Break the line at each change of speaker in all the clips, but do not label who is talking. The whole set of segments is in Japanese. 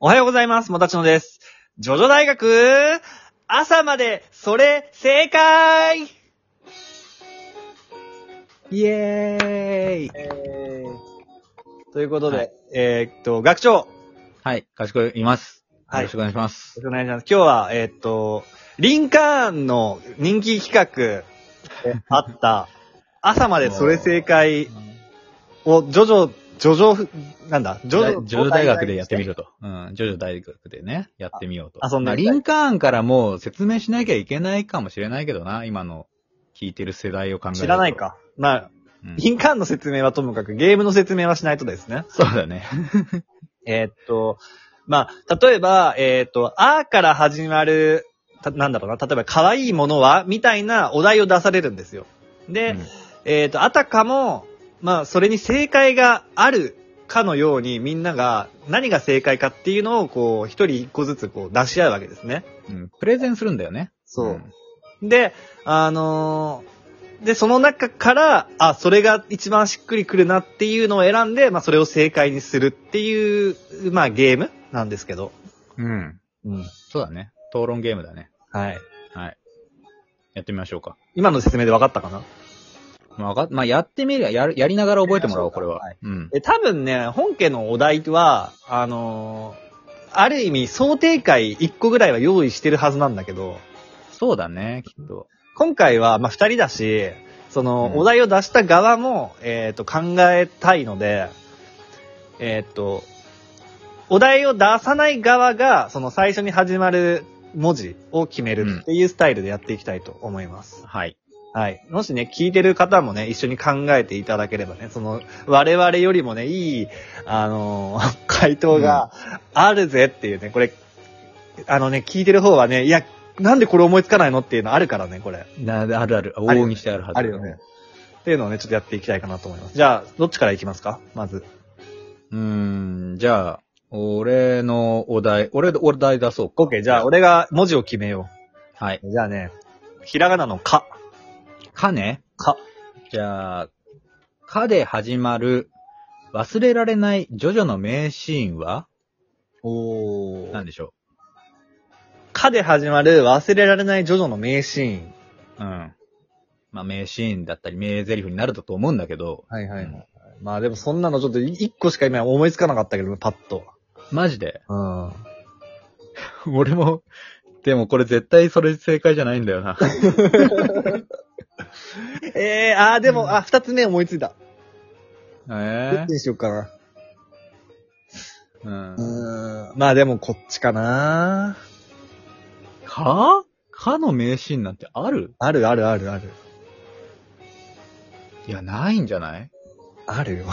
おはようございます。もたちのです。ジョジョ大学、朝まで、それ、正解イエーイ
えー、
ということで、
はい
えーっと、学長、よ
はい、賢いいます。
はい
よろしくお願いします。
ろしくお願いします。今日は、えーっと、リンカーンの人気 企画であった、朝までそれ正解を、ジョジョ、ジョジョ、なんだ、ジ
ジ
ョジョ
ョ、ジョ大学でやってみ
る。
ろと。うん、ジョジョ大学でね、やってみようと。
あ遊んで
ま
みたい
リンカーンからもう説明しなきゃいけないかもしれないけどな、今の聞いてる世代を考えると
知らない。か。まあ、
うん
リンカーンの説明はともかく、ゲームの説明はしないとですね。
そうだね。
えーっと、まあ、例えば、えーっと、あーから始まる、たなんだろうな、例えば、可愛いものはみたいなお題を出されるんですよ。で、
うん
えーっと、あたかも、まあ、それに正解があるかのように、みんなが何が正解かっていうのを、こう、一人一個ずつ、こう、出し合うわけですね。
うん、プレゼンするんだよね。。
そうんで、あのーで、その中から、あ、それが一番しっくりくるなっていうのを選んで、まあ、それを正解にするっていう、まあ、ゲームなんですけど。
うん。
うん。
そうだね。討論ゲームだね。
はい。
はい。やってみましょうか。
今の説明で分かったかな
まあ、わかまあ、やってみるやる、やりながら覚えてもらおう、これは
はい。
うん。
え、多分ね、本家のお題は、あのーある意味想定会1個ぐらいは用意してるはずなんだけど、
そうだね、きっと。
今回は、まあ、2人だし、その、
うん
お題を出した側も、えっ、と、考えたいので、えっ、と、お題を出さない側が、その最初に始まる文字を決めるっていうスタイルでやっていきたいと思います。
はい。
はい。もしね、聞いてる方もね、一緒に考えていただければね、その、我々よりもね、いい、あのー 回答があるぜっていうね、これ、あのね、聞いてる方はね、いや、なんでこれ思いつかないのっていうのあるからね、これ。
なあるある。往
あるよね
々にしてあるはず。
あるよね。。っていうのをね、ちょっとやっていきたいかなと思います。じゃあ、どっちからいきますかまず。
うーん、じゃあ、俺のお題、俺、俺題出そうか。
OK、じゃあ、俺が文字を決めよ
はい。
う。じゃあね、ひらがなのか。
かね
か。
じゃあ、かで始まる、忘れられないジョジョの名シーンは
お
何でしょ
かで始まる忘れられないジョジョの名シーン。
ううん。まあ、名シーンだったり、名台詞になると思うんだけど、
はいは
うん
まあでもそんなのちょっと一個しか今思いつかなかったけど、パッと。
マジで。
うん。
俺も、でもこれ絶対それ正解じゃないんだよ な。
ええー、あーでも、
うん
あ、二つ目思いついた。ど
え
っちにしようかな。
えうん。
うん。まあでもこっちかな。
かかの名シーンなんてある
あるあるあるある。
いや、ないんじゃない
あるよ。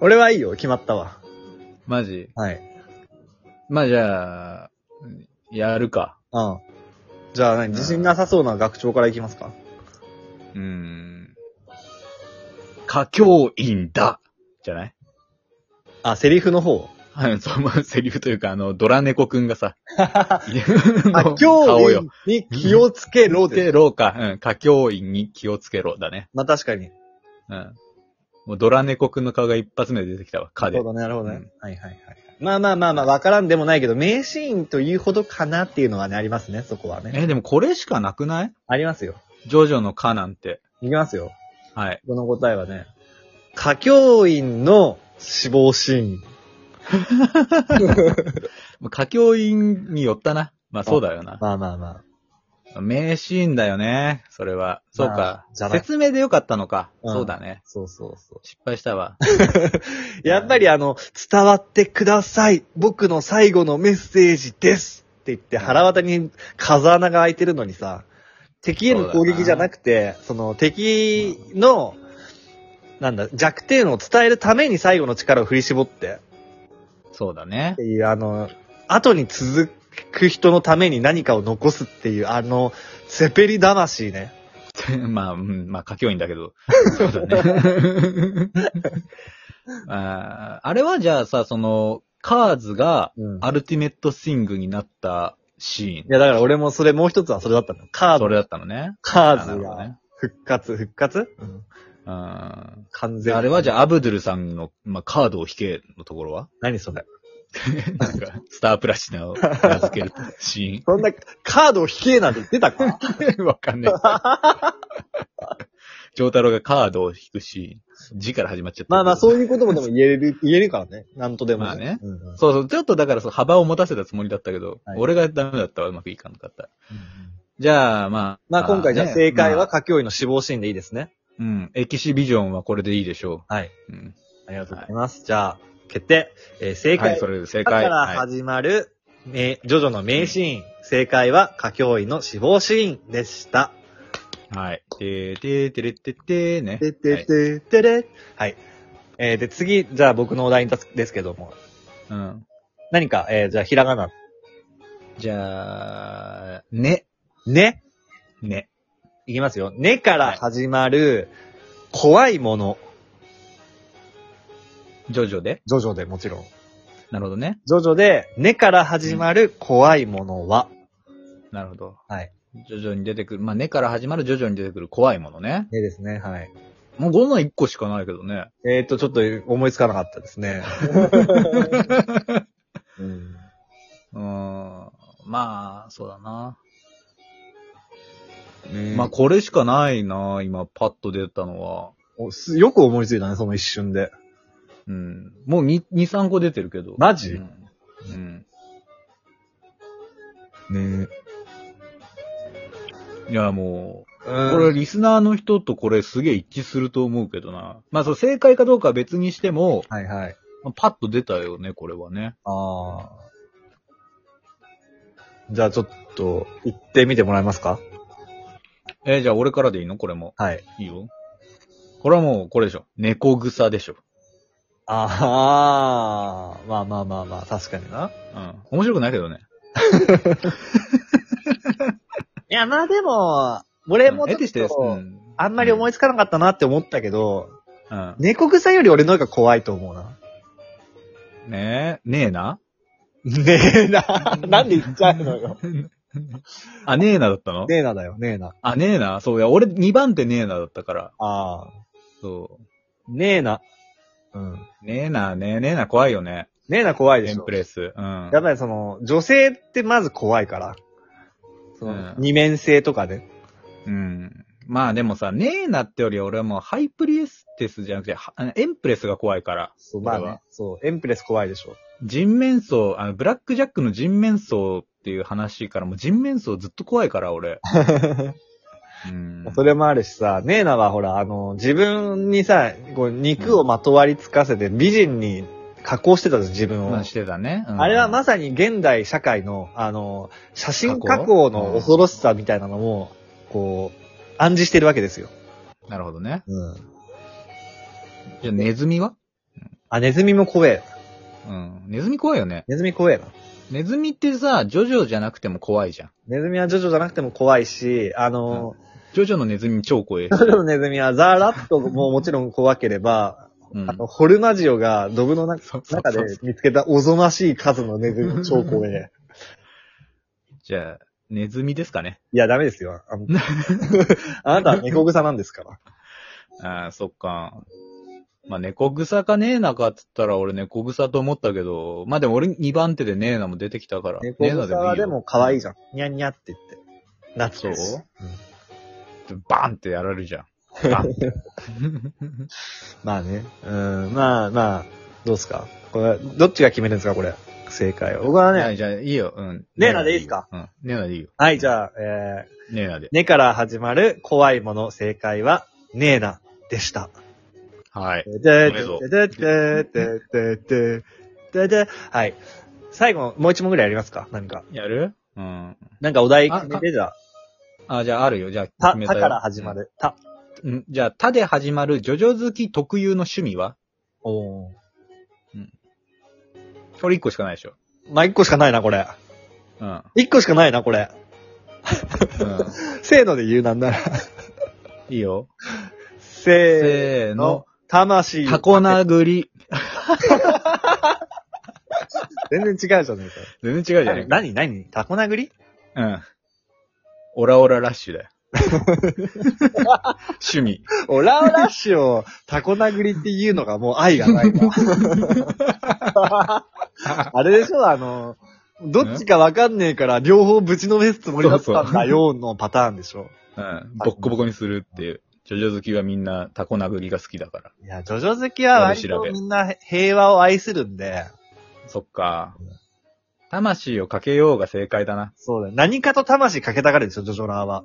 俺はいいよ、決まったわ。
マジ。
はい。
まあじゃあ、やるか。
うん。じゃあ何、自信なさそうな学長からいきますか。
うーん。歌教員だじゃない
あ、セリフの方。
はい、そう、まあ、セリフというか、あの、ドラ猫くん がさ、
あ、
あ
今
顔
日
よ。
に気をつけろ
気をつ
で
け
す。
ろか。うん、歌教員に気をつけろだね。
まあ確かに。
うん。もうドラ猫くんの顔が一発目で出てきたわ、
な
かで。
るほどね、なるほどね。
うん
はいはいはい。まあまあまあまあ、わからんでもないけど、名シーンというほどかなっていうのはね、ありますね、そこはね。
え、でもこれしかなくない
ありますよ。
ジョジョのかなんて。
いきますよ。
はい。
この答えはね、歌教員の死亡シーン。
もう歌教員によったな。まあそうだよな。
まあまあまあ。
名シーンだよね。それは。そうか
まあ。じゃない
説明でよかったのか。
うん
そうだね。
そうそうそう。
失敗したわ。
やっぱりあの、伝わってください。僕の最後のメッセージです。って言って、腹渡に風穴が開いてるのにさ、敵への攻撃じゃなくて、その敵の、なんだ、弱点を伝えるために最後の力を振り絞って、
そうだ ね
って。いうあの、後に続く人のために何かを残すっていう、あの、セペリ魂ね。
まあ、うん、まあ、歌教員だけ ど。そうだね。 あーあれはじゃあさ、その、カーズが
うん
アルティメットスイングになったシ
いや、だから俺もそれ、もう一つはそれだったの。
ー
カ
ン。そ
ー
れ
ズ、
だったのね。
カ
あ
ー
な
ズ
るほど
が
ね。
復活、復活、
うん。
完全に。
あれはじゃあ、アブドゥルさんの、まあ、カードを引けのと ころは
何それ。
なんか、スタープラチナを名付けるシ
そんな、カードを引けなんて出た か
ーン。わかんない。 ジョータロがカードを引くシーン。字から始まっちゃった。。
まあまあ、そうういうこともでも言える、言えるからね。なんとでも、
まあね
うんうん
そうそう。ちょっとだからそう、幅を持たせたつもりだったけど、
はい
俺がダメだったわ。うまくいかなかった。じゃあ、まあ。
まあ今回じゃあ
ね
正解
ま
は
あ
歌教員の死亡シーンでいいですね。
うん。エキシビジョンはこれでいいでしょ
はい。
う。うん。
ありがとうございます。じゃあ、決定。えー正
は
解。
い、それで正
だか
解。
ら
はい。
始まる、名ジョジョの名シーン。正解は、歌教員の死亡シーンでした。
はい。てーてーてれってってーね。
ててててれ。はい。えーで、次、じゃあ僕のお題に立つですけども。
はいうん。
何か、えーじゃあ、ひらがな。
じゃあ、ね。
ね。
ね。
いきますよ。ねから始まる、怖いもの。
ジョジョで。
ジョジョでもちろん。
なるほどね。
ジョジョで、ねから始まる怖いものは、
なるほど。
はい。
徐々に出てくる。まあ、根から始まる徐々に出てくる怖いものね。
ねですね、はい。
もうこんなん1個しかないけどね。
えー、っと、ちょっと思いつかなかったですね。 うん、
うーん。まあ、そうだな。
うん
まあ、これしかないな、今、パッと出たのは。
おすよく思いついたね、その一瞬で。
うん。もう2、2 3個出てるけど。
マジ
うん。うん
ね
いや、も
う
う、
ん。
これ、リスナーの人とこれすげえ一致すると思うけどな。まあ、そう、正解かどうかは別にしても、
はいはい。
まあパッと出たよね、これはね。
ああ。じゃあちょっと、行ってみてもらえますか
えーじゃあ俺からでいいのこれも。
はい。
いいよ。これはもう、これでしょ。猫草でしょ。
ああ、まあまあまあまあ、確かにな。
うん。面白くないけどね。
いや、まあでも、俺も
うん
ち
得てして
ょっ
う
と、
ん。
あんまり思いつかなかったなって思ったけど、
うん。
猫草より俺の方が怖いと思うな。
ねえ、ねえな
ねえな。なんで言っちゃうのよ。
あ、ねえなだったの
ねえなだよ、ねえな。
あ、ねえなそういや、俺2番手ねえなだったから。
ああ。
そ
ねえな。うん。
う。ねえな、ねえ、ねえな怖いよね。
ねえな怖いで
テ
し
ン
ょ
プ。レス。うん。
やっぱりその、女性ってまず怖いから。その、
うん
二面性とかね。
うん。まあでもさ、ねえなってより俺はもうハイプリエステスじゃなくて、はあのエンプレスが怖いから。
そう、まあ
これ
ね
は。
そう、エンプレス怖いでしょ。
人面相、あの、ブラックジャックの人面相っていう話からもう人面相ずっと怖いから、俺。 うん。
それもあるしさ、ネーナはほら、あの、自分にさ、こう肉をまとわりつかせて美人に加工してたじゃん、自分を。
まあしてたね。うん
あれはまさに現代社会の、あの、写真加工の恐ろしさみたいなのも、こう、暗示してるわけですよ。
なるほどね。
うん。
じゃあ、ネズミは
あ、ネズミも怖え。
うん。ネズミ怖いよね。
ネズミ怖えな。
ネズミってさ、ジョジョじゃなくても怖いじゃん。
ネズミはジョジョじゃなくても怖いし、あの、
ジョジョのネズミ超 怖い。
ジョジョのネズミはザ・ラットももちろん怖ければ、
うん
あの、ホルマジオがドブの中
そうそう
中で
そう
見つけたおぞましい数のネズミ超怖 え。
じゃあ、ネズミですかね。
いや、ダメですよ。あの あなたは猫草なんです から。
ああ、そっか。まあ、猫草かねえなかっつったら俺猫草と思ったけど、まあでも俺2番手でねえなも出てきたから。
猫
ねえな
草はでも可愛いじ
ゃ
ゃん。にゃんにゃって言って。夏です。
そう
うん
ん。バンってやられるじゃん。バンって。
まあね。うん、まあまあ、どうすか。これ、どっちが決めるんですか、これ。正解を。僕は
は
ね、
い、じゃあいいよ。うん。
ねえなでいいっすか
うん。ねえなでいいよ。
はい、じゃあ、えー、
ねえなで。
ねから始まる怖いもの、正解は、ねえな、でした。
はい。
でで
めでとう
ででででででではい。最後、もう一問ぐらいやりますか何か。
やるうん。
なんかお題決めて、じゃあ、
あ、じゃああるよ。じゃあ
た、
決め
た
たよ
から始ま。る。た。
うん。じゃあ、たで始まるジョジョ好き特有の趣味は
おー。
これ1個しかないでしょ。
まあ、一個しかないな、これ。
うん。
一個しかないな、これ。
うん。
せーので言うなんなら。
いいよ。
せ
せー
ー
の
の。。魂。
タコ殴り。
全然違うじゃねえ
全然違うじゃ
か
な
よ。
いか。
何何タコ殴り
うん。オラオララッシュだよ。趣味。
オラオラッシュをタコ殴りっていうのがもう愛がない わ。あれでしょあの、どっちかわかんねえから両方ぶちのめすつもりだったんだよのパターンでしょ。
うん。ボッコボコにするっていう。ジョジョ好きはみんなタコ殴りが好きだから。
いや、ジョジョ好きは割とみんな平和を愛するんで、
そっか。魂をかけようが正解だな。
そうだよ。何かと魂かけたがるでしょ、ジョジョラーは。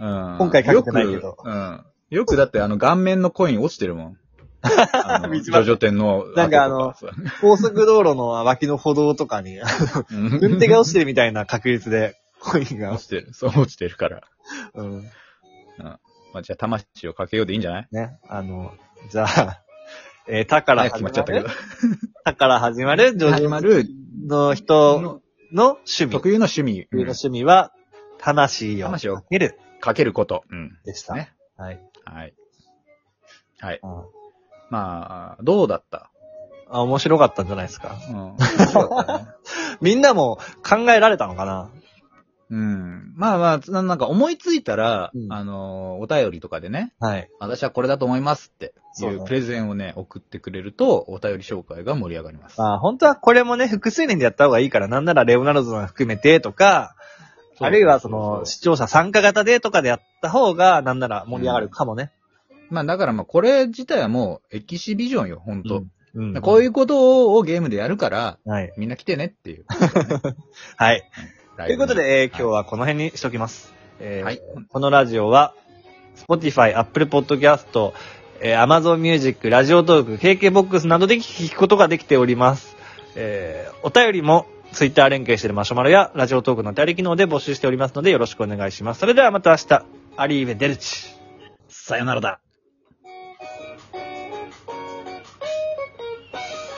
うん。
今回かけてないけど
よくうん。よくだってあの顔面のコイン落ちてるも ん。あの
道端
ジョジョ天皇跡と。
なんかあの高速道路の脇の歩道とかに、
うん、
軍手が落ちてるみたいな確率で、コインが
落。ちてる。そう落ちてるから。
うん。
まあ、じゃあ魂をかけようでいいんじゃない
ね。あの、じゃあ、えー、たから
早く
始
決
ま
まっちゃったけど
る。。たから始まる、ジョジ
始まる
ョの人の趣味。
特有の趣味。
の
うん
趣味は、魂をか
魂を
ける
かけること。うん。
でした。
ね
はい。
はい。はい。
うん
まあ、どうだった
あ、面白かったんじゃないですか。
うん。面白かったね
みんなも考えられたのかな
うん。まあまあつ、なんか思いついたら、
うん
あのー、お便りとかでね、
はい。
私はこれだと思いますってい
そう
う
ね
プレゼンをね、送ってくれると、お便り紹介が盛り上がります。
まあ、本当はこれもね、複数年でやった方がいいから、なんならレオナルドさん含めてとか、
そう
あるいはその、
う
視聴者参加型でとかでやった方が、なんなら盛り上がるかもね。
まあだからまあ、これ自体はもうエキシビジョンよ、本当、
うん。。
こういううことをゲームでやるから、
はい。
みんな来てねっていう。
はい。
と
ということで、えー今日はこの辺にしときます。えー
はい
このラジオは、Spotify、Apple Podcast、えー Amazon Music、ラジオトーク、KKBOX などで聞くことができております。えーお便りも Twitter 連携しているマシュマロやラジオトークのお便り機能で募集しておりますのでよろしくお願いします。それではまた明日、アリーベデルチ。さよならだ。